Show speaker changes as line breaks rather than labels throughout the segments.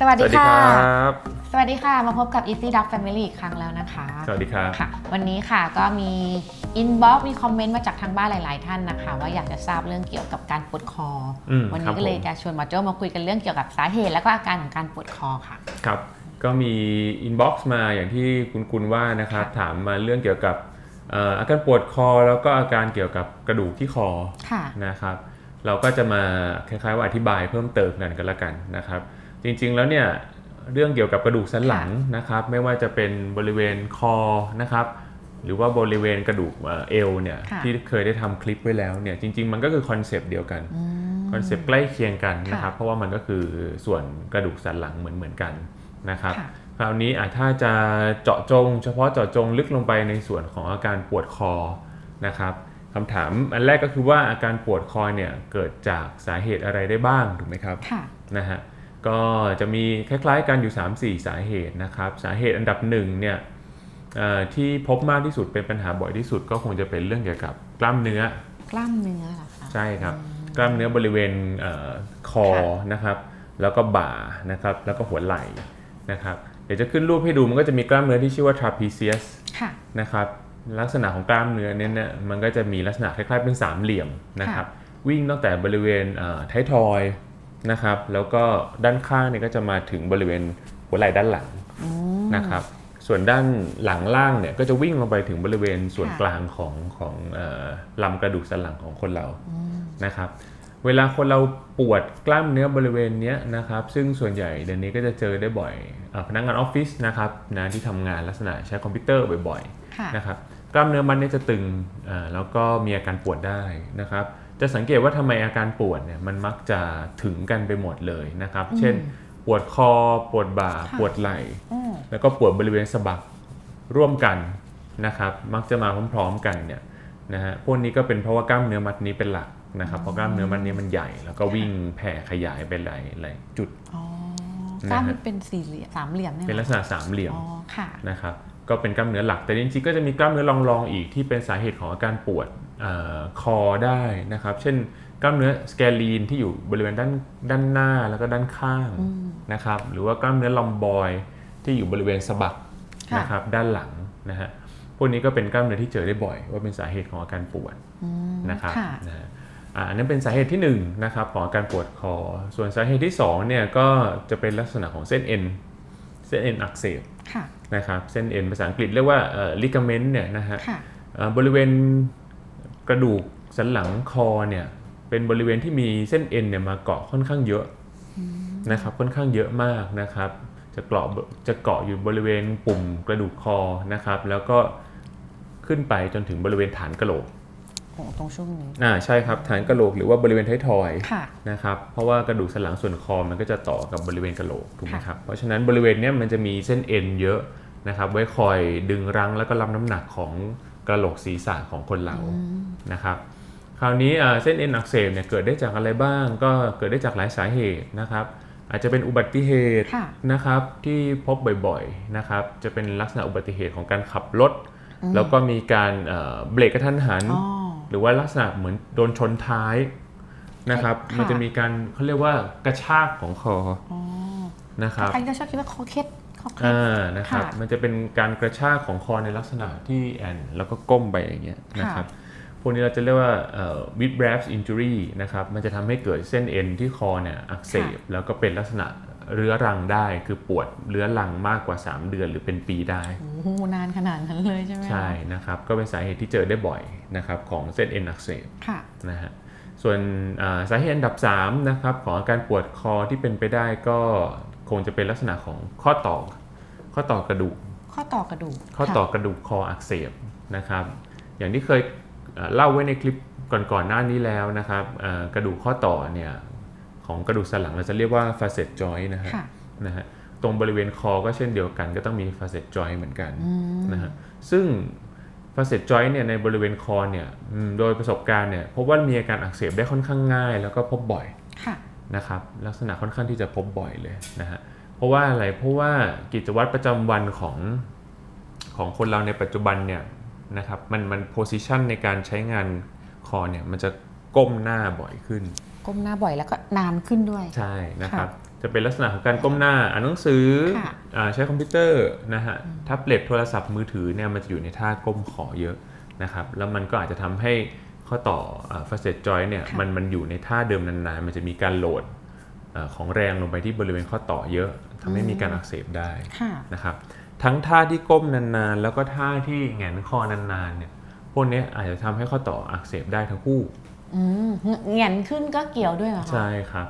สวัสดีค่ะ
บ
สวัสดีค่ะ มาพบกับ Easy Dog Family อีกครั้งแล้วนะคะ
สวัสดีครับ
ค่ะ วันนี้ค่ะก็มีอินบ็อกมีคอมเมนต์มาจากทางบ้านหลาย ๆ ท่านนะคะ ว่าอยากจะทราบเรื่องเกี่ยวกับการปวดคออ
ม
วัน
ครั
นี้
บ
ก็เลย
ผม
จะชวนหมอโจ้มาคุยกันเรื่องเกี่ยวกับสาเหตุ และก็อาการของการปวดคอค่ะ
ครับ ก็มีอินบ็อกซ์มาอย่างที่คุณคุณว่านะครับ ถามมาเรื่องเกี่ยวกับเอ่ออาการปวดคอแล้วก็อาการเกี่ยวกับกระดูกที่คอ
ค่ะ
นะครับ เราก็จะมาคล้ายๆว่าอธิบายเพิ่มเติมกันกันละกันนะครับ จริงๆแล้วเนี่ยเรื่องเกี่ยวกับกระดูกสันหลังนะครับ ไม่ว่าจะเป็นบริเวณคอนะครับ หรือว่าบริเวณกระดูกเอ่อเอวเนี่ย
ค่ะ
ที่เคยได้ทำคลิปไว้แล้วเนี่ยจริง ๆ มันก็คือคอนเซปต์เดียวกัน
อืม
คอนเซปต์ใกล้เคียงกันนะครับ
ค่ะ
เพราะว่ามันก็คือส่วนกระดูกสันหลังเหมือนเหมือนๆกันนะครับ
ค่ะ
คราวนี้อ่ะถ้าจะเจาะจง เฉพาะเจาะจงลึกลงไปในส่วนของอาการปวดคอนะครับคำถามอันแรกก็คือว่าอาการปวดคอเนี่ยเกิดจากสาเหตุอะไรได้บ้างถูกไหมครับ
ค่ะ
นะฮะก็จะมีคล้ายๆกันอยู่ 3-4 สาเหตุนะครับสาเหตุอันดับหนึ่งเนี่ยเอ่อที่พบมากที่สุดเป็นปัญหาบ่อยที่สุด ก็คงจะเป็นเรื่องเกี่ยวกับกล้ามเนื้อ
กล้ามเนื้อเหรอคะ
ใช่ครับกล้ามเนื้อบริเวณเออคอ
ค่ะ
นะครับ แล้วก็บ่านะครับแล้วก็หัวไหล่นะครับ เดี๋ยวจะขึ้นรูปให้ดูมันก็จะมีกล้ามเนื้อที่ชื่อว่า trapezius
ค่ะ
นะครับลักษณะของกล้ามเนื้อเนี่ยนะมันก็จะมีลักษณะคล้ายๆเป็นสามเหลี่ยมนะครับ วิ่งตั้งแต่บริเวณเอ่อท้ายทอยนะครับ แล้วก็ด้านข้างเนี่ยก็จะมาถึงบริเวณหัวไหล่ด้านหลัง
อืม
นะครับ ส่วนด้านหลังล่างเนี่ยก็จะวิ่งลงไปถึงบริเวณส่วน
ค่ะ
กลางของของเอ่อลำกระดูกสันหลังของคนเรา
อืม
นะครับเวลาคนเราปวดกล้ามเนื้อบริเวณเนี้ยนะครับซึ่งส่วนใหญ่เดี๋ยวนี้ก็จะเจอได้บ่อยอาพนักงานออฟฟิศนะครับนะที่ทำงานลักษณะใช้คอมพิวเตอร์บ่อย
ค่ะ
ๆนะครับกล้ามเนื้อมันเนี่ยจะตึงอ่าแล้วก็มีอาการปวดได้นะครับจะสังเกตว่าทำไมอาการปวดเนี่ยมันมักจะถึงกันไปหมดเลยนะครับเช่น ปวดคอ ปวดบ่า
ค่ะ
ปวดไหล่
อืม
แล้วก็ปวดบริเวณสะบักร่วมกันนะครับ มักจะมาพร้อมๆกันเนี่ยนะฮะพวกนี้ก็เป็นเพราะว่ากล้ามเนื้อมัดนี้เป็นหลักนะครับเพราะกล้ามเนื้อมัดนี้มันใหญ่ แล้วก็วิ่งแผ่ขยายไปหลายหลายจุด
อ๋อ
นะฮะ
กล้ามมันเป็นสี่เหลี่ยมสามเหลี่ยมเนี่ย
เป็นลักษณะสามเหลี่ยม
อ๋อ ค่ะ
นะครับก็เป็นกล้ามเนื้อหลัก แต่จริงๆก็จะมีกล้ามเนื้อรองๆอีกที่เป็นสาเหตุของอาการปวดเออคอได้นะครับ เช่นกล้ามเนื้อสแกลีนที่อยู่บริเวณด้านด้านหน้าแล้วก็ด้านข้าง
อืม
นะครับหรือว่ากล้ามเนื้อลอมบอยที่อยู่บริเวณสะบัก
ค่ะ
นะครับด้านหลังนะฮะพวกนี้ก็เป็นกล้ามเนื้อที่เจอได้บ่อย ว่าเป็นสาเหตุของอาการปวด
อืม
นะครับ
ค่ะ
นะฮะอ่าอันนั้นเป็นสาเหตุที่หนึ่งนะครับของอาการปวดคอ ส่วนสาเหตุที่สองเนี่ยก็จะเป็นลักษณะของเส้นเอ็นเส้นเอ็นอักเสบ
ค่ะ
นะครับเส้นเอ็นภาษาอังกฤษเรียกว่าเอ่อ ligament เนี่ยนะฮะ
ค่ะ
เอ่อบริเวณกระดูกสันหลังคอเนี่ยเป็นบริเวณที่มีเส้นเอ็นเนี่ยมาเกาะค่อนข้างเยอะนะครับค่อนข้างเยอะมากนะครับ จะเกาะจะเกาะอยู่บริเวณปุ่มกระดูกคอนะครับ แล้วก็ขึ้นไปจนถึงบริเวณฐานกะโหลก
โอ้ตรงช่วงนี้
อ่าใช่ครับฐานกะโหลกหรือว่าบริเวณท้ายทอย
ค่ะ
นะครับเพราะว่ากระดูกสันหลังส่วนคอมันก็จะต่อกับบริเวณกะโหลกถูกไหมครับเพราะฉะนั้นบริเวณเนี้ยมันจะมีเส้นเอ็นเยอะนะครับ ไว้คอยดึงรั้งแล้วก็รับน้ำหนักของกระโหลกศีรษะของคนเรา
อืม
นะครับคราวนี้อ่าเส้นเอ็นอักเสบเนี่ยเกิดได้จากอะไรบ้าง ก็เกิดได้จากหลายสาเหตุนะครับ อาจจะเป็นอุบัติเหตุ
ค่ะ
นะครับที่พบบ่อยๆนะครับจะเป็นลักษณะอุบัติเหตุของการขับรถ แล้วก็มีการเอ่อเบรกกระทันหัน
อ๋อ
หรือว่าลักษณะเหมือนโดนชนท้ายนะครับ
ค่ะ
มันจะมีการเขาเรียกว่ากระชากของคอ
อ๋อ
นะครับ
ใครก็ชอบคิดว่าคอเคล็ดคอเคล็ด
อ่านะครับ
ค่ะ
มันจะเป็นการกระชากของคอในลักษณะที่แอนแล้วก็ก้มไปอย่างเงี้ยนะครับ พวกนี้เราจะเรียกว่าเอ่อ with wraps injury นะครับ มันจะทำให้เกิดเส้นเอ็นที่คอเนี่ยอักเสบ
ค่ะ
แล้วก็เป็นลักษณะเรื้อรังได้ คือปวดเรื้อรังมากกว่า 3 เดือนหรือเป็นปีได้
โอ้โหนานขนาดนั้นเลยใช่ไหมคะ
ใช่นะครับ ก็เป็นสาเหตุที่เจอได้บ่อยนะครับของเส้นเอ็นอักเสบ
ค่ะ
นะฮะ ส่วนอ่าสาเหตุอันดับ3นะครับของอาการปวดคอที่เป็นไปได้ก็คงจะเป็นลักษณะของข้อต่อ ข้อต่อกระดูก
ข้อต่อกระดูก
ข้อต่อกระดูกคออักเสบนะครับ อย่างที่เคยเอ่อเล่าไว้ในคลิปก่อนๆหน้านี้แล้วนะครับเอ่อกระดูกข้อต่อเนี่ยของกระดูกสันหลังเราจะเรียกว่า facet joint นะฮะ
ค่ะ
นะฮะตรงบริเวณคอก็เช่นเดียวกันก็ต้องมี facet joint เหมือนกัน
อืม
นะฮะซึ่ง facet joint เนี่ยในบริเวณคอเนี่ยอืมโดยประสบการณ์เนี่ยพบว่ามีอาการอักเสบได้ค่อนข้างง่าย แล้วก็พบบ่อย
ค่ะ
นะครับลักษณะค่อนข้างที่จะพบบ่อยเลยนะฮะเพราะว่าอะไรเพราะว่ากิจวัตรประจำวันของของคนเราในปัจจุบันเนี่ยนะครับมันมันโพสิชันในการใช้งานคอเนี่ยมันจะก้มหน้าบ่อยขึ้น
ก้มหน้าบ่อยแล้วก็นานขึ้นด้วย
ใช่นะครับ จะเป็นลักษณะของการก้มหน้าอ่านหนังสือ
ค่ะ
อาใช้คอมพิวเตอร์นะฮะ
อืม
แท็บเล็ตโทรศัพท์มือถือเนี่ยมันจะอยู่ในท่าก้มขอเยอะนะครับแล้วมันก็อาจจะทำให้ข้อต่อฟัสเซตจอยเนี่ยมันมันอยู่ในท่าเดิมนานๆ มันจะมีการโหลดอาของแรงลงไปที่บริเวณข้อต่อเยอะทำให้มีการอักเสบได้
ค่ะ
นะครับทั้งท่าที่ก้มนานๆ แล้วก็ท่าที่แหงนคอนานๆเนี่ยพวกเนี้ยอาจจะทำให้ข้อต่ออักเสบได้ทั้งคู่
อืมเงนขึ้นก็เกี่ยวด้วยเหรอคะ
ใช่ครับ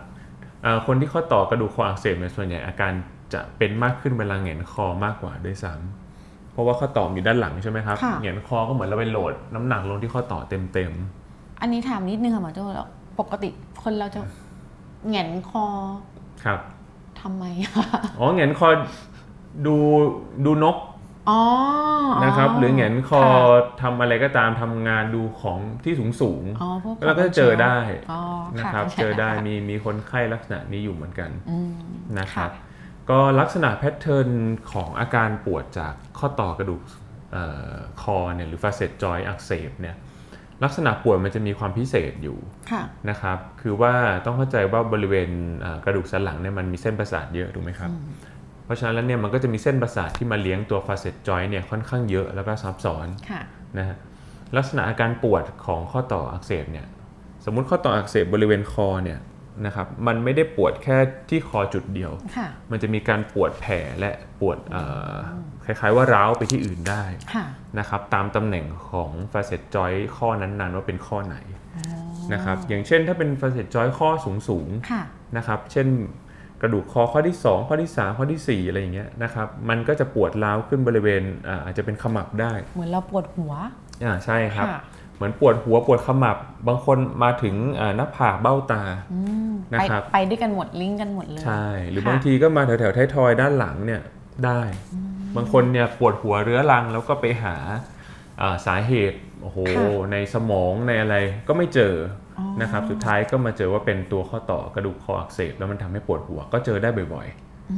เอ่อคนที่ข้อต่อกระดูกคออักเสบเนี่ยส่วนใหญ่อาการจะเป็นมากขึ้นเวลาแหงนคอมากกว่าด้วยซ้ำเพราะว่าข้อต่ออยู่ด้านหลังใช่ไหมครับ
ค่ะ
แหงนคอก็เหมือนเราไปโหลดน้ำหนักลงที่ข้อต่อเต็ม
อันนี้ถามนิดนึงค่ะหมอโจ้แล้วปกติคนเราจะแหงนคอ
ๆครับ
ทำไมอะ
อ๋อแหงนคอดูดูนก
อ๋อ
นะครับหรือแหงนคอ
ค่ะ
ทำอะไรก็ตามทำงานดูของที่สูง
อ๋อพวก
ๆแล้วก็จะเจอได้
อ๋อ
นะครับ
ค่ะ
เจอได้มีมีคนไข้ลักษณะนี้อยู่เหมือนกัน
อืม
นะครับ
ค่
ก็ลักษณะแพทเทิร์นของอาการปวดจากข้อต่อกระดูกเอ่อคอเนี่ยหรือฟาเซตจอยอักเสบเนี่ยลักษณะปวดมันจะมีความพิเศษอยู่
ค่ะ
นะครับคือว่าต้องเข้าใจว่าบริเวณเอ่อกระดูกสันหลังเนี่ยมันมีเส้นประสาทเยอะถูกไหมครับ เพราะฉะนั้นแล้วเนี่ยมันก็จะมีเส้นประสาทที่มาเลี้ยงตัวฟาเซตจอยเนี่ยค่อนข้างเยอะแล้วก็ซับซ้อน
ค่ะ
นะฮะลักษณะอาการปวดของข้อต่ออักเสบเนี่ยสมมุติข้อต่ออักเสบบริเวณคอเนี่ยนะครับมันไม่ได้ปวดแค่ที่คอจุดเดียว
ค่ะ
มันจะมีการปวดแผลและปวดเอ่อคล้ายๆว่าร้าวไปที่อื่นได้
ค่ะ
นะครับตามตำแหน่งของฟาเซตจอยข้อนั้นๆ ว่าเป็นข้อไหนนะครับอย่างเช่นถ้าเป็นฟาเซตจอยข้อสูงๆ
ค่ะ
นะครับเช่นกระดูกคอข้อที่ 2 ข้อที่ 3 ข้อทีสี่4 อะไรอย่างเงี้ยนะครับมันก็จะปวดร้าวขึ้นบริเวณอ่าอาจจะเป็นขมับได้
เหมือนเราปวดหัว
อ่าใช่ครับ
ค่ะ
เหมือนปวดหัวปวดขมับ บางคนมาถึงอ่าหน้าผากเบ้าตา
อืม
นะ
ไป
ครับ
ไปด้วยกันหมดลิงก์กันหมดเลย
ใช่ หรือ
ค่ะ
บางทีก็มาแถวแถวๆท้ายทอยด้านหลังเนี่ยได้ บางคนเนี่ยปวดหัวเรื้อรังแล้วก็ไปหาอ่าสาเหตุโอ้โหในสมองในอะไรก็ไม่เจออนะครับสุดท้ายก็มาเจอว่าเป็นตัวข้อต่อกระดูกคออักเสบแล้วมันทำให้ปวดหัวก็เจอได้บ่อยๆ
อื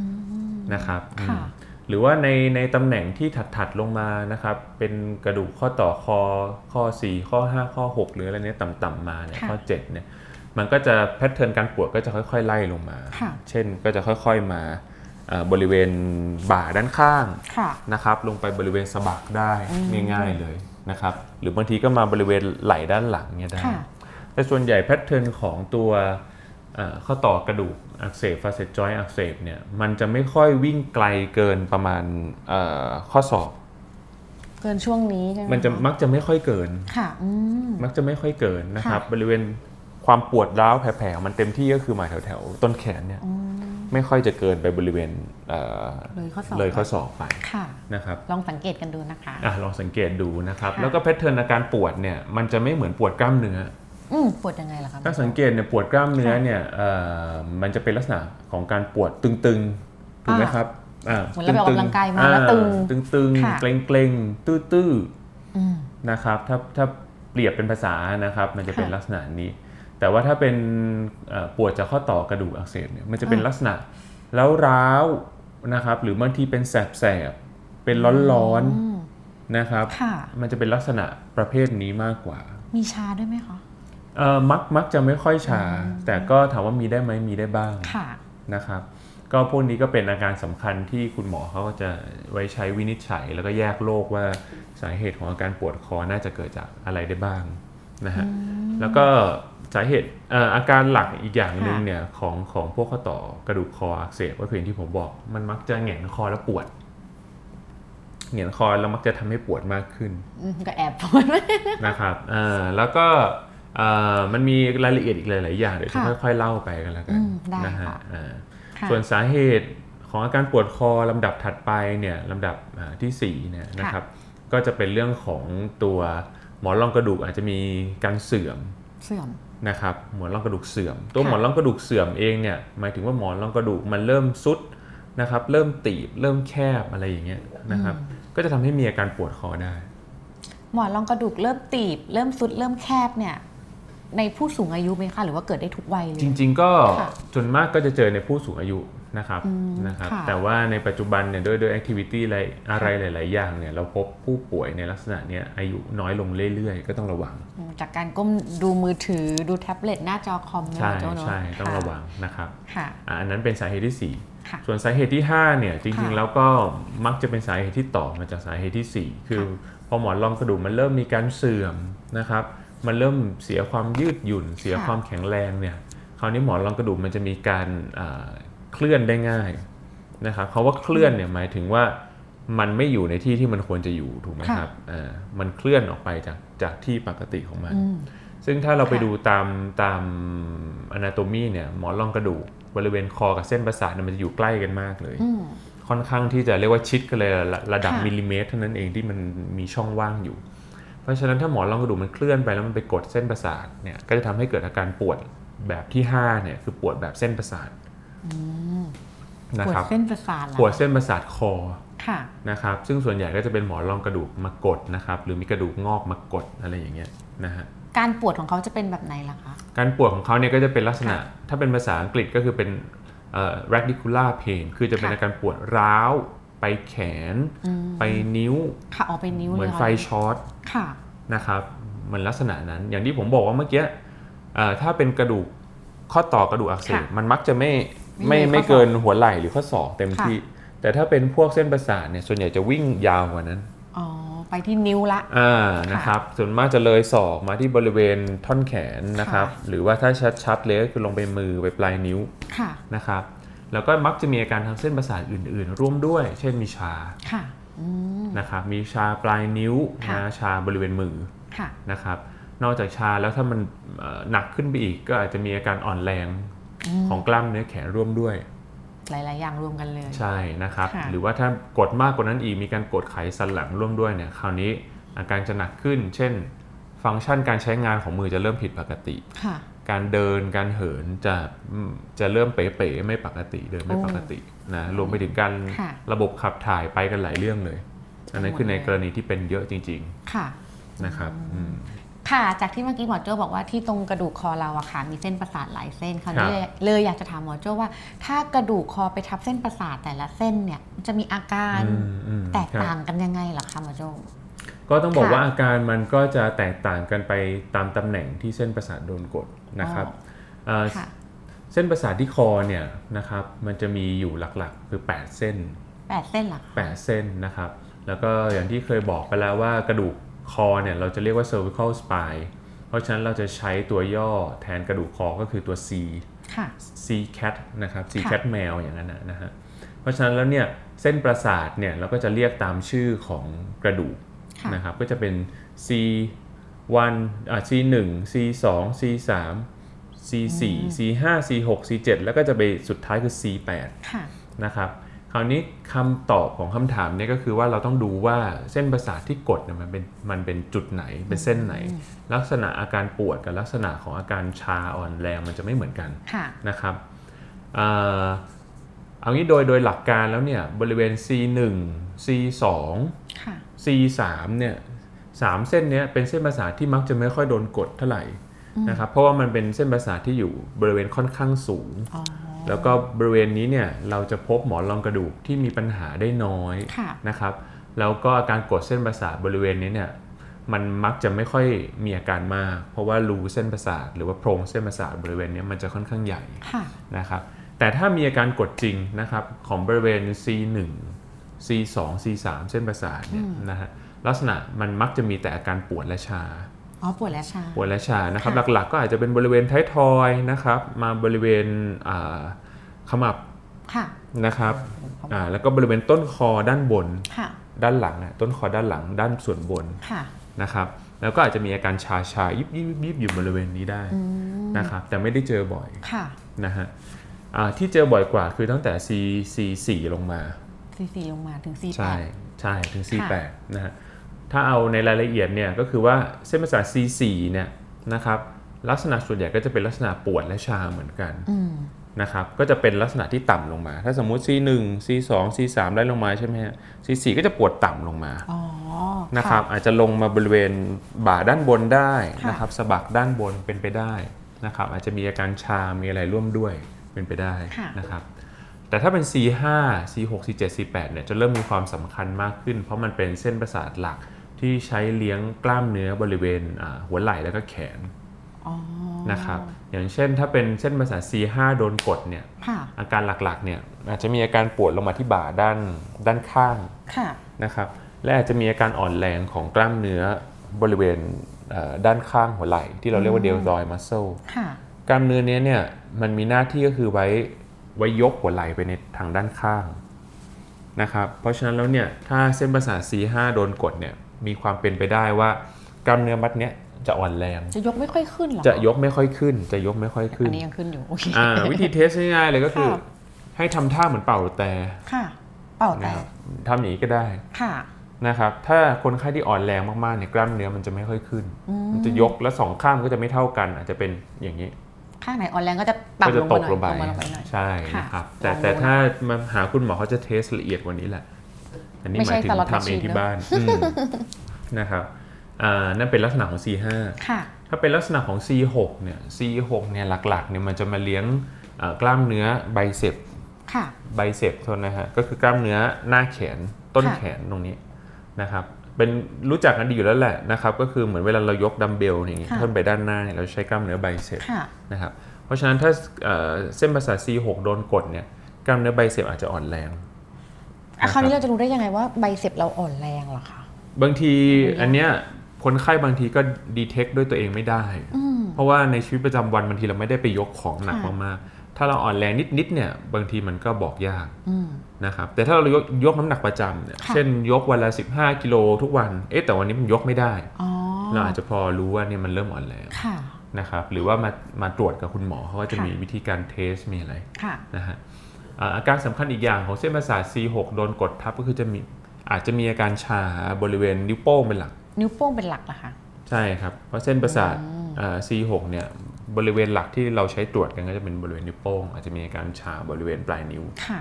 ม
นะครับ
ค่ะ
อืมหรือว่าในในตำแหน่งที่ถัดๆลงมานะครับ เป็นกระดูกข้อต่อคอข้อ 4 ข้อ 5 ข้อ 6 หรืออะไรเนี้ยต่ำๆมาเนี่ย
ค่ะ
ข้อ7เนี่ยมันก็จะแพทเทิร์นการปวดก็จะค่อยๆ ไล่ลงมา
ค่ะ
เช่นก็จะค่อยๆมาเอ่อบริเวณบ่าด้านข้าง
ค่ะ
นะครับ ลงไปบริเวณสะบักได้
อืม
ง่ายๆเลยนะครับ หรือบางทีก็มาบริเวณไหล่ด้านหลังเนี่ยได้
ค่ะ
แต่ส่วนใหญ่แพทเทิร์นของตัวเอ่อข้อต่อกระดูกอักเสบฟาเซตจอยอักเสบเนี่ยมันจะไม่ค่อยวิ่งไกลเกินประมาณเอ่อข้อศอก
เกินช่วงนี้ใช่ไหม
มันจะ
ค
มักจะไม่ค่อยเกิน
ค่ะ อืม
มักจะไม่ค่อยเกินนะครับ
ค่ะ
บริเวณความปวดร้าวแผลๆมันเต็มที่ก็คือมาแถวๆต้นแขนเนี่ย
อืม
ไม่ค่อยจะเกินไปบริเวณเอ่อ
เลยข้อสอบ
เลยข้อศอกไป
ค่ะ
นะครับ
ลองสังเกตกันดูนะคะ
อ่ะลองสังเกตดูนะครับ
ค่ะ
แล้วก็แพทเทิร์นอาการปวดเนี่ยมันจะไม่เหมือนปวดกล้ามเนื้อ
อืมปวดยังไงล่ะคะ
ถ้าสังเกตเนี่ยปวดกล้ามเนื้อเนี่ยเอ่อมันจะเป็นลักษณะของการปวดตึงๆถูกไหมครับอ่า
เหมือนเราไปออกกำลังกายมาแล้วตึง
ตึงตึง
ค่ะ
ๆเกร็งเกรงๆตื้อ
อืม
ๆนะครับถ้าถ้าเปรียบเป็นภาษานะครับ มันจะเป็น
ค่ะ
ลักษณะนี้ แต่ว่าถ้าเป็นเอ่อปวดจากข้อต่อกระดูกอักเสบเนี่ยมันจะเป็น
อ่า
ลักษณะแล้วร้าวๆนะครับ หรือบางทีเป็นแสบๆเป็นร้อน
อืม
ๆนะครับ
ค่ะ
มันจะเป็นลักษณะประเภทนี้มากกว่า
มีชาด้วยไหมคะ
เอ่อมักมักจะไม่ค่อยชา แต่ก็ถามว่ามีได้ไหมมีได้บ้าง
ค่ะ
นะครับ ก็พวกนี้ก็เป็นอาการสำคัญที่คุณหมอเขาก็จะไว้ใช้วินิจฉัย แล้วก็แยกโรคว่าสาเหตุของอาการปวดคอน่าจะเกิดจากอะไรได้บ้างนะฮะแล้วก็สาเหตุเอ่ออาการหลักอีกอย่างหนึ่ง
ค่ะ
เนี่ยของของพวกข้อต่อกระดูกคออักเสบก็คืออย่างที่ผมบอกมันมักจะแหงนคอแล้วปวดแหงนคอแล้วมักจะทำให้ปวดมากขึ้น
อืมก็แอบปวด
นะครับเอ่อแล้วก็เอ่อมันมีรายละเอียดอีกหลาย ๆ อย่าง เดี๋ยวจะ
ค่ะ
ค่อย ๆ เล่าไปกันแล้วกั
อื
น
มได้
นะฮะ
ค่ะ
อ่า
ค่ะ
ส่วนสาเหตุของอาการปวดคอลำดับถัดไปเนี่ยลำดับอ่าที่สี่เนี่ยนะครับ ก็จะเป็นเรื่องของตัวหมอนรองกระดูกอาจจะมีการเสื่อม
เสื่อม
นะครับหมอนรองกระดูกเสื่อม ตัว
ค่ะ
หมอนรองกระดูกเสื่อมเองเนี่ยหมายถึงว่าหมอนรองกระดูกมันเริ่มซุดนะครับเริ่มตีบเริ่มแคบอะไรอย่างเงี้ยนะครับก็จะทำให้มีอาการปวดคอได้
หมอนรองกระดูกเริ่มตีบ เริ่มสุดเริ่มแคบเนี่ย ในผู้สูงอายุไหมคะหรือว่าเกิดได้ทุกวัยเลย
จริง ๆ ก็
ค่ะ
จนมากก็จะเจอในผู้สูงอายุนะครับ
อืม
นะครับ
ค่ะ
แต่ว่าในปัจจุบันเนี่ยด้วยด้วยแอคทิวิตี้อะไรอะไรหลาย ๆ อย่างเนี่ยเราพบผู้ป่วยในลักษณะเนี้ยอายุน้อยลงเรื่อย ๆ ก็ต้องระวัง
อืมจากการก้มดูมือถือดูแท็บเล็ตหน้าจอคอมเนี่ย
ใช่
เจ้าเนอะ
ใช่ต้อง
ค่
ระวังนะครับ
ค่ะ
อ่ะอันนั้นเป็นสาเหตุที่
ค่ะ
4 ส่วนสาเหตุที่ 5 เนี่ยจริง
ค่ะ
ๆ แล้วก็มักจะเป็นสาเหตุที่ต่อมาจากสาเหตุที่ 4 คือ
ค่ะ
พอหมอนรองกระดูกมันเริ่มมีการเสื่อมนะครับ มันเริ่มเสียความยืดหยุ่น เสียความแข็งแรงเนี่ยคราวนี้หมอนรองกระดูกมันจะมีการอ่าเคลื่อนได้ง่ายนะครับเขาว่าเคลื่อนเนี่ยหมายถึงว่ามันไม่อยู่ในที่ที่มันควรจะอยู่ถูกไหมครับอ่ามันเคลื่อนออกไปจากจากที่ปกติของมัน
อืม
ซึ่งถ้าเราไป
ค่ะ
ดูตามตาม anatomy เนี่ยหมอนรองกระดูกบริเวณคอกับเส้นประสาทเนี่ยมันจะอยู่ใกล้กันมากเลย
อืม
ค่อนข้างที่จะเรียกว่าชิดกันเลยระระดับ
ค่ะ
มิลลิเมตรเท่านั้นเองที่มันมีช่องว่างอยู่ เพราะฉะนั้นถ้าหมอนรองกระดูกมันเคลื่อนไปแล้วมันไปกดเส้นประสาทเนี่ยก็จะทำให้เกิดอาการปวดแบบที่5เนี่ยคือปวดแบบเส้นประสาทนะ
ปวด
ครับ
เส้นประสาทเหรอ
ปวดเส้นประสาทคอ
ค่ะ
นะครับซึ่งส่วนใหญ่ก็จะเป็นหมอนรองกระดูกมากดนะครับหรือมีกระดูกงอกมากดอะไรอย่างเงี้ยนะฮะ
การปวดของเขาจะเป็นแบบไหนล่ะคะ
การปวดของเขาเนี่ยก็จะเป็นลักษณะ ถ้าเป็นภาษาอังกฤษก็คือเป็นเอ่อ radicular pain คือจะเป็น
ค่ะ
อาการปวดร้าว ไปแขน
อืม
ไปนิ้ว
ค่ะออกเป็นนิ้ว
เหมือน
ลย
ไฟช็อต
ค่ะ
นะครับมันลักษณะนั้น อย่างที่ผมบอกว่าเมื่อกี้เอ่อถ้าเป็นกระดูกข้อต่อกระดูกอักเสบ
ค่ะ
มันมักจะไม่
ไม่เลย
ไม่ไม่
ข้อศอก
เกินหัวไหล่หรือข้อศอกเต็ม
ค่ะ
ที่ แต่ถ้าเป็นพวกเส้นประสาทเนี่ยส่วนใหญ่จะวิ่งยาวกว่านั้น
อ๋อไปที่นิ้วละ
อ่า นะครับ ส่วนมากจะเลยศอกมาที่บริเวณท่อนแขนนะครับ
ค่ะ
หรือว่าถ้าชัดๆเลยก็คือลงไปมือไปปลายนิ้ว
ค่ะ
นะครับ แล้วก็มักจะมีอาการทางเส้นประสาทอื่นๆ ร่วมด้วย เช่นมีชา
ค่ะอืม
นะครับ มีชาปลายนิ้ว
ค่ะ
นะชาบริเวณมือ
ค่ะ
นะครับ นอกจากชาแล้วถ้ามันเอ่อหนักขึ้นไปอีกก็อาจจะมีอาการอ่อนแรง
อืม
ของกล้ามเนื้อแขนร่วมด้วย
หลาย ๆ อย่างรวมกันเลย
ใช่นะครับ
ค่ะ
หรือว่าถ้ากดมากกว่านั้นอีกมีการกดไขสันหลังร่วมด้วยเนี่ยคราวนี้อาการจะหนักขึ้น เช่น ฟังก์ชันการใช้งานของมือจะเริ่มผิดปกติ
ค่ะ
การเดินการเหินจะอืมจะเริ่มเป๋ๆไม่ปกติเดินไม่
โอ้
ปกตินะรวมไปถึงการ
ค่ะ
ระบบขับถ่ายไปกันหลายเรื่องเลย อันนั้น
ทั้งหมด
คือใน
เลย
กรณีที่เป็นเยอะจริง
ค่ะ
ๆนะครับอืม
ค่ะ จากที่เมื่อกี้หมอโจ้บอกว่าที่ตรงกระดูกคอเราอะค่ะ มีเส้นประสาทหลายเส้นคราวนี้
ครับ
เลยเลยอยากจะถามหมอโจ้ว่า ถ้ากระดูกคอไปทับเส้นประสาทแต่ละเส้นเนี่ยมันจะมีอาการ
อืมอืม
แตก
ครับ
ต่างกันยังไงเหรอคะหมอโจ้
ก็ต้องบอก
ค่ะ
ว่าอาการมันก็จะแตกต่างกันไปตามตำแหน่งที่เส้นประสาทโดนกดนะครับ
อ๋อ
เอ่อ
ค่ะ
เส้นประสาทที่คอเนี่ยนะครับมันจะมีอยู่หลักๆ คือ 8 เส้น
แปดเส้นเหรอคะ
8 เส้นนะครับ แล้วก็อย่างที่เคยบอกไปแล้วว่ากระดูกคอเนี่ยเราจะเรียกว่า cervical spine เพราะฉะนั้นเราจะใช้ตัวย่อแทนกระดูกคอก็คือตัว C
ค่ะ
C cat นะครับ C cat แมวอย่างนั้นนะนะฮะเพราะฉะนั้นแล้วเนี่ยเส้นประสาทเนี่ยเราก็จะเรียกตามชื่อของกระดูก
ค่ะ
นะครับก็จะเป็น C 1อ่ะ C 1 C 2 C 3 C 4 C 5 C 6 C 7แล้วก็จะไปสุดท้ายคือ C 8
ค่ะ
นะครับคราวนี้คำตอบของคำถามเนี่ยก็คือว่าเราต้องดูว่าเส้นประสาทที่กดเนี่ยมันเป็นมันเป็นจุดไหนเป็นเส้นไหน ลักษณะอาการปวดกับลักษณะของอาการชาอ่อนแรงมันจะไม่เหมือนกัน
ค่ะ
นะครับเอ่อเอางี้โดยโดยหลักการแล้วเนี่ยบริเวณ C1 C2
ค่ะ
C3 เนี่ยสามเส้นเนี้ยเป็นเส้นประสาทที่มักจะไม่ค่อยโดนกดเท่าไหร่นะครับเพราะว่ามันเป็นเส้นประสาทที่อยู่บริเวณค่อนข้างสูง
อ๋อ
แล้วก็บริเวณนี้เนี่ยเราจะพบหมอนรองกระดูกที่มีปัญหาได้น้อย
ค่ะ
นะครับแล้วก็อาการกดเส้นประสาทบริเวณนี้เนี่ยมันมักจะไม่ค่อยมีอาการมาก เพราะว่ารูเส้นประสาท หรือว่าโพรงเส้นประสาทบริเวณนี้มันจะค่อนข้างใหญ่
ค่ะ
นะครับแต่ถ้ามีอาการกดจริงนะครับของบริเวณ C1 C2 C3 เส้นประสาทเนี่ยนะฮะลักษณะมันมักจะมีแต่อาการปวดและชา
อ๋อ ปวดและชา
ปวดและชานะครับ
ค่ะ
หลักๆ ก็อาจจะเป็นบริเวณท้ายทอยนะครับมาบริเวณอ่าขมับ
ค่ะ
นะครับอ่าแล้วก็บริเวณต้นคอด้านบน
ค่ะ
ด้านหลังอะต้นคอด้านหลังด้านส่วนบน
ค่ะ
นะครับแล้วก็อาจจะมีอาการชาชาๆยิบยิบยิบๆอยู่บริเวณนี้ได้
อืม
นะครับแต่ไม่ได้เจอบ่อย
ค่ะ
นะฮะอ่าที่เจอบ่อยกว่าคือตั้งแต่ C C 4ลงมา
ซีซีลงมาถึงซีแป
ใช่
ด
ใช่ถึง C
ค่ะ
8นะฮะถ้าเอาในรายละเอียดเนี่ยก็คือว่าเส้นประสาท C 4เนี่ยนะครับลักษณะส่วนใหญ่ก็จะเป็นลักษณะปวดและชาเหมือนกัน
อืม
นะครับก็จะเป็นลักษณะที่ต่ำลงมา ถ้าสมมุติ C 1 C 2 C 3ไล่ลงมาใช่ไหมฮะ C 4ก็จะปวดต่ำลงมา
อ๋อ
นะครับอาจจะลงมาบริเวณบ่าด้านบนได้
ค่ะ
นะครับสะบักด้านบนเป็นไปได้นะครับอาจจะมีอาการชา มีอะไรร่วมด้วยเป็นไปได้
ค่ะ
นะครับแต่ถ้าเป็น C5 C6 C7 C8 เนี่ยจะเริ่มมีความสำคัญมากขึ้น เพราะมันเป็นเส้นประสาทหลักที่ใช้เลี้ยงกล้ามเนื้อบริเวณอ่าหัวไหล่แล้วก็แขน
อ๋อ
นะครับอย่างเช่นถ้าเป็นเส้นประสาท C5 โดนกดเนี่ย
ค่ะ
อาการหลักๆเนี่ยอาจจะมีอาการปวดลงมาที่บ่าด้านด้านข้าง
ค่ะ
นะครับและอาจจะมีอาการอ่อนแรงของกล้ามเนื้อบริเวณเอ่อด้านข้างหัวไหล่ ที่เราเรียกว่าเดลซอยมัสเซล
ค่ะ
กล้ามเนื้อเนี้ยเนี่ยมันมีหน้าที่ก็คือไว้ไว้ยกหัวไหล่ไปในทางด้านข้างนะครับเพราะฉะนั้นแล้วเนี่ยถ้าเส้นประสาท C5 โดนกดเนี่ยมีความเป็นไปได้ว่ากล้ามเนื้อมัดเนี้ยจะอ่อนแรง
จะยกไม่ค่อยขึ้นหรอ
จะยกไม่ค่อยขึ้น จะยกไม่ค่อยขึ้
อั
น
นนี้ยังขึ้นอยู่โอเค
อ่าวิธีเทสง่ายๆเลยก็คือ
ค่ะ
ให้ทำท่าเหมือนเป่าแต่
ค่ะ เป่า
นะ
แต่
ครับทำอย่างนี้ก็ได้
ค่ะ
นะครับถ้าคนไข้ที่อ่อนแรงมากๆเนี่ยกล้ามเนื้อมันจะไม่ค่อยขึ้น
อืม
มันจะยกแล้วสองข้างก็จะไม่เท่ากัน อาจจะเป็นอย่างนี้
ข้างไหนอ่อนแรงก็จะปรับ
ก็
ล
จะ
ง
ต
มาก หน่อย
ลง
ลงมาลง
ไป
ไปหน่อย
ใช่
ค่ะ
นะครับแต่
ลองดู
แต่ถ้ามาหาคุณหมอเขาจะเทสละเอียดกว่านี้แหละ อันนี้
ไม่
ห
ใช่
มายถึง
ตลอด
ทำเอ
ชี
ง
วิตเน
ที่
อะ
บ้านอืมนะครับอ่านั่นเป็นลักษณะของ C5
ค่ะ
ถ้าเป็นลักษณะของ C6 เนี่ย C6 เนี่ยหลักๆเนี่ยมันจะมาเลี้ยงเอ่อกล้ามเนื้อไบเซป
ค่ะ
ไบเซปโทษนะฮะก็คือกล้ามเนื้อหน้าแขนต้น
ค่ะ
แขนตรงนี้นะครับเป็นรู้จักกันดีอยู่แล้วแหละนะครับก็คือเหมือนเวลาเรายกดัมเบลอย่างนี้
ค่ะ
ท่อนไปด้านหน้าเนี่ยเราใช้กล้ามเนื้อไบเซป
ค่ะ
นะครับเพราะฉะนั้นถ้าเอ่อเส้นประสาท C6 โดนกดเนี่ยกล้ามเนื้อไบเซปอาจจะอ่อนแรง
อ่ะ
นะครับ
คราวนี้เราจะรู้ได้ยังไงว่าใบเสพเราอ่อนแรงเหรอคะ
บางทีอันเนี้ยคนไข้บางทีก็ดีเทคด้วยตัวเองไม่ได้
อืม
เพราะว่าในชีวิตประจำวันบางทีเราไม่ได้ไปยกของหนัก
ค่ะ
มากๆถ้าเราอ่อนแรงนิดๆเนี่ยบางทีมันก็บอกยาก
อืม
นะครับแต่ถ้าเรายกยกน้ำหนักประจำเนี่ย
ค่ะ
เช่นยกวันละ 15 กิโลทุกวันเอ๊ะแต่วันนี้มันยกไม่ได้
อ๋อ
เราอาจจะพอรู้ว่าเนี่ยมันเริ่มอ่อนแรง
ค่ะ
นะครับหรือว่ามามาตรวจกับคุณหมอเขาก็จะ
ค่ะ
มีวิธีการเทสมีอะไร
ค่ะ
นะฮะอ่าอาการสำคัญอีกอย่างของเส้นประสาท C6 โดนกดทับก็คือจะมีอาจจะมีอาการชาบริเวณนิ้วโป้งเป็นหลัก
นิ้วโป้งเป็นหลักเหรอคะ
ใช่ครับเพราะเส้นประสาทอ่า C6 เนี่ยบริเวณหลักที่เราใช้ตรวจกันก็จะเป็นบริเวณนิ้วโป้งอาจจะมีอาการชาบริเวณปลายนิ้ว
ค่ะ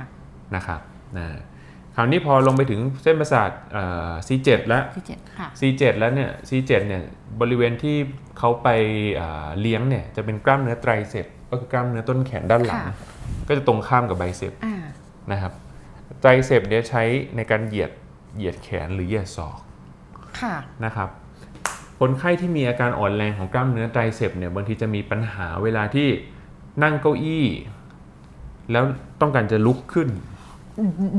นะครับนะคราวนี้พอลงไปถึงเส้นประสาทเอ่อ C7 แล้ว
ที่เจ็ดค่ะ
C7 แล้วเนี่ย C7 เนี่ยบริเวณที่เขาไปเอ่อเลี้ยงเนี่ยจะเป็นกล้ามเนื้อไตรเซปก็คือกล้ามเนื้อต้นแขนด้านหลัง
ค่ะ
ก็จะตรงข้ามกับไบเซป
อ่า
นะครับไตรเซปเนี่ยใช้ในการเหยียดเหยียดแขนหรือเหยียดศอก
ค่ะ
นะครับคนไข้ที่มีอาการอ่อนแรงของกล้ามเนื้อไตรเซปเนี่ยบางทีจะมีปัญหาเวลาที่นั่งเก้าอี้ แล้วต้องการจะลุกขึ้น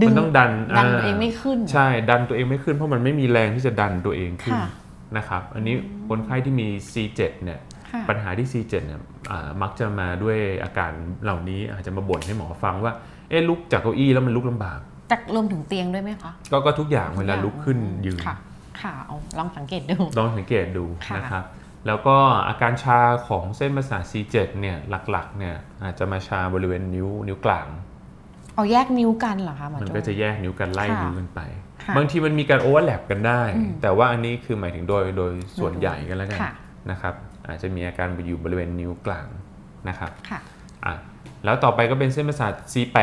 ดึ
มั
ง
นต้องดัน
ดัน
อ่า
ตัวเองไม่ขึ้น
ใช่ ดันตัวเองไม่ขึ้นเพราะมันไม่มีแรงที่จะดันตัวเองขึ้น
ค่ะ
นะครับอันนี้คนไข้ที่มี C7 เนี่ย
ค่ะ
ปัญหาที่ C7 เนี่ยอ่ามักจะมาด้วยอาการเหล่านี้อาจจะมาบ่นให้หมอฟังว่าเอ๊ะลุกจากเก้าอี้แล้วมันลุกลำบาก
จักรวมถึงเตียงด้วยไหมคะ
ก็ก็ทุกอย่างเวลาลุกขึ้นยืน
ค่ะ ค่ะเอาลองสังเกตดู
ลองสังเกตดู
ค่ะ
นะครับแล้วก็อาการชาของเส้นประสาท C7 เนี่ยหลักๆเนี่ยอาจจะมาชาบริเวณนิ้วนิ้วกลาง
เอาแยกนิ้วกันเหรอคะหมอ
มัน
โจ
ก็จะแยกนิ้วกันไล่
ค่ะ
นิ้วกันไป
ค่ะ
บางทีมันมีการโอเวอร์แลปกันได้
อืม
แต่ว่าอันนี้คือหมายถึงโดยโดยส่วน
โดยรวม
ใหญ่กันแล้วกัน
ค่ะ
นะครับ อาจจะมีอาการอยู่บริเวณนิ้วกลางนะครับ
ค่ะ
อ่ะแล้วต่อไปก็เป็นเส้นประสาท C8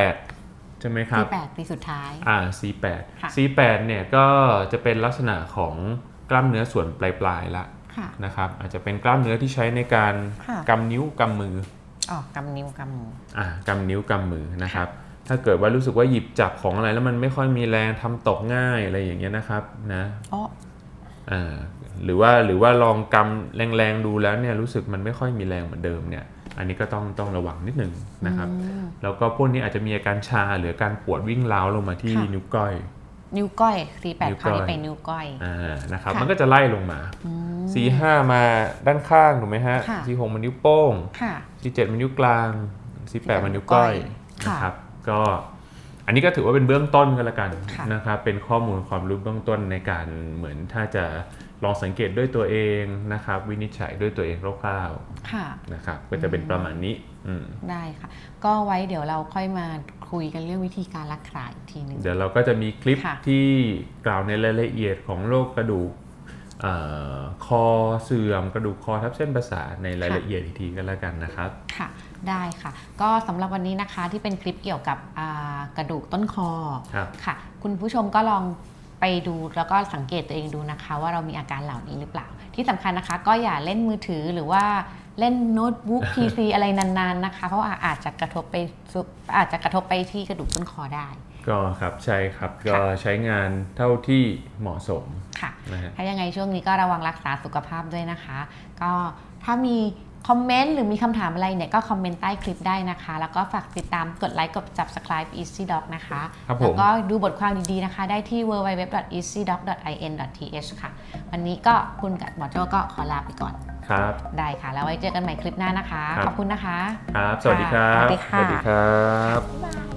ใช่ไหมครั
ปี
บ
แปดปีสุดท้าย
อ่า C8
ค่ะ
C8 เนี่ยก็จะเป็นลักษณะของกล้ามเนื้อส่วนปลายๆละ
ค่ะ
นะครับอาจจะเป็นกล้ามเนื้อที่ใช้ในการ
ค่ะ
กำนิ้วกำมือ
อ๋อกำนิ้วกำมือ
อ่ากำนิ้วกำมือนะครับ ถ้าเกิดว่ารู้สึกว่าหยิบจับของอะไรแล้วมันไม่ค่อยมีแรงทำตกง่ายอะไรอย่างเงี้ยนะครับนะ
อ๋อ
อ่าหรือว่าหรือว่าลองกำแรงๆดูแล้วเนี่ยรู้สึกมันไม่ค่อยมีแรงเหมือนเดิมเนี่ย อันนี้ก็ต้องต้องระวังนิดหนึ่งนะครับ แล้วก็พวกนี้อาจจะมีอาการชาหรืออาการปวดวิ่งเล้าวลงมาที่
ค่ะ
นิ้วก้อย
นิ้วก้อยสี่แปด
นิ้ว
ค
ก้
ราว
อย
นี้เป็นนิ้วก้อย
อ่านะครับ
ค่ะ
มันก็จะไล่ลงมาสีห้ามาด้านข้างถูกไหมฮะ
ค่ะ
สีหกมันนิ้วโป้ง
ค่ะ
ที่7มันนิ้วกลางที่8มันนิ้ว
ก้
ก้อ
อย ย
นะครับก็อันนี้ก็ถือว่าเป็นเบื้องต้นก็แล้วกัน
ค่ะ
นะครับเป็นข้อมูลความรู้เบื้องต้นในการเหมือนถ้าจะลองสังเกตด้วยตัวเองนะครับวินิจฉัยด้วยตัวเองคร่าว
ค่ะ
ๆนะครับก็จะเป็นประมาณนี้อืม
ได้ค่ะ ก็ไว้เดี๋ยวเราค่อยมาคุยกันเรื่องวิธีการรักษาอีกทีหนึ่ง
เดี๋ยวเราก็จะมีคลิป
ค่ะ
ที่กล่าวในรายละเอียดของโรคกระดูกเอ่อคอเสื่อม กระดูกคอทับเส้นประสาทในรายละเอียดอีกทีก็แล้วกันนะครับ
ค่ะ ได้ค่ะ ก็สำหรับวันนี้นะคะที่เป็นคลิปเกี่ยวกับอ่ากระดูกต้นคอ
ครับ
ค่ะ คุณผู้ชมก็ลอง ไปดูแล้วก็สังเกตตัวเองดูนะคะ ว่าเรามีอาการเหล่านี้หรือเปล่า ที่สำคัญนะคะ ก็อย่าเล่นมือถือหรือว่าเล่นโน้ตบุ๊ก PC อะไรนานๆนะคะ เพราะว่าอาจจะกระทบไปสุอาจจะกระทบไปที่กระดูกต้นคอได้
ก็ครับใช่ครับก็ใช้งานเท่าที่เหมาะสม
ค่ะ
นะฮะ
ถ้ายังไงช่วงนี้ก็ระวังรักษาสุขภาพด้วยนะคะ ก็ถ้ามีคอมเมนต์หรือมีคำถามอะไรเนี่ยก็คอมเมนต์ใต้คลิปได้นะคะ แล้วก็ฝากติดตามกดไลค์กด subscribe Easy Doc นะคะ
ครับผ
แล้ว
ม
ก็ดูบทความดีๆนะคะ ได้ที่ www.easydoc.in.th ค่ะ วันนี้ก็คุณกับหมอโจ้ก็ขอลาไปก่อน
ครับ
ได้ค่ะ แล้วไว้เจอกันใหม่คลิปหน้านะคะ
ครับ
ขอบคุณนะคะ
ครับ สวัสดีครับ
สวัสดีค่ะ
ครับ
บ๊ายบาย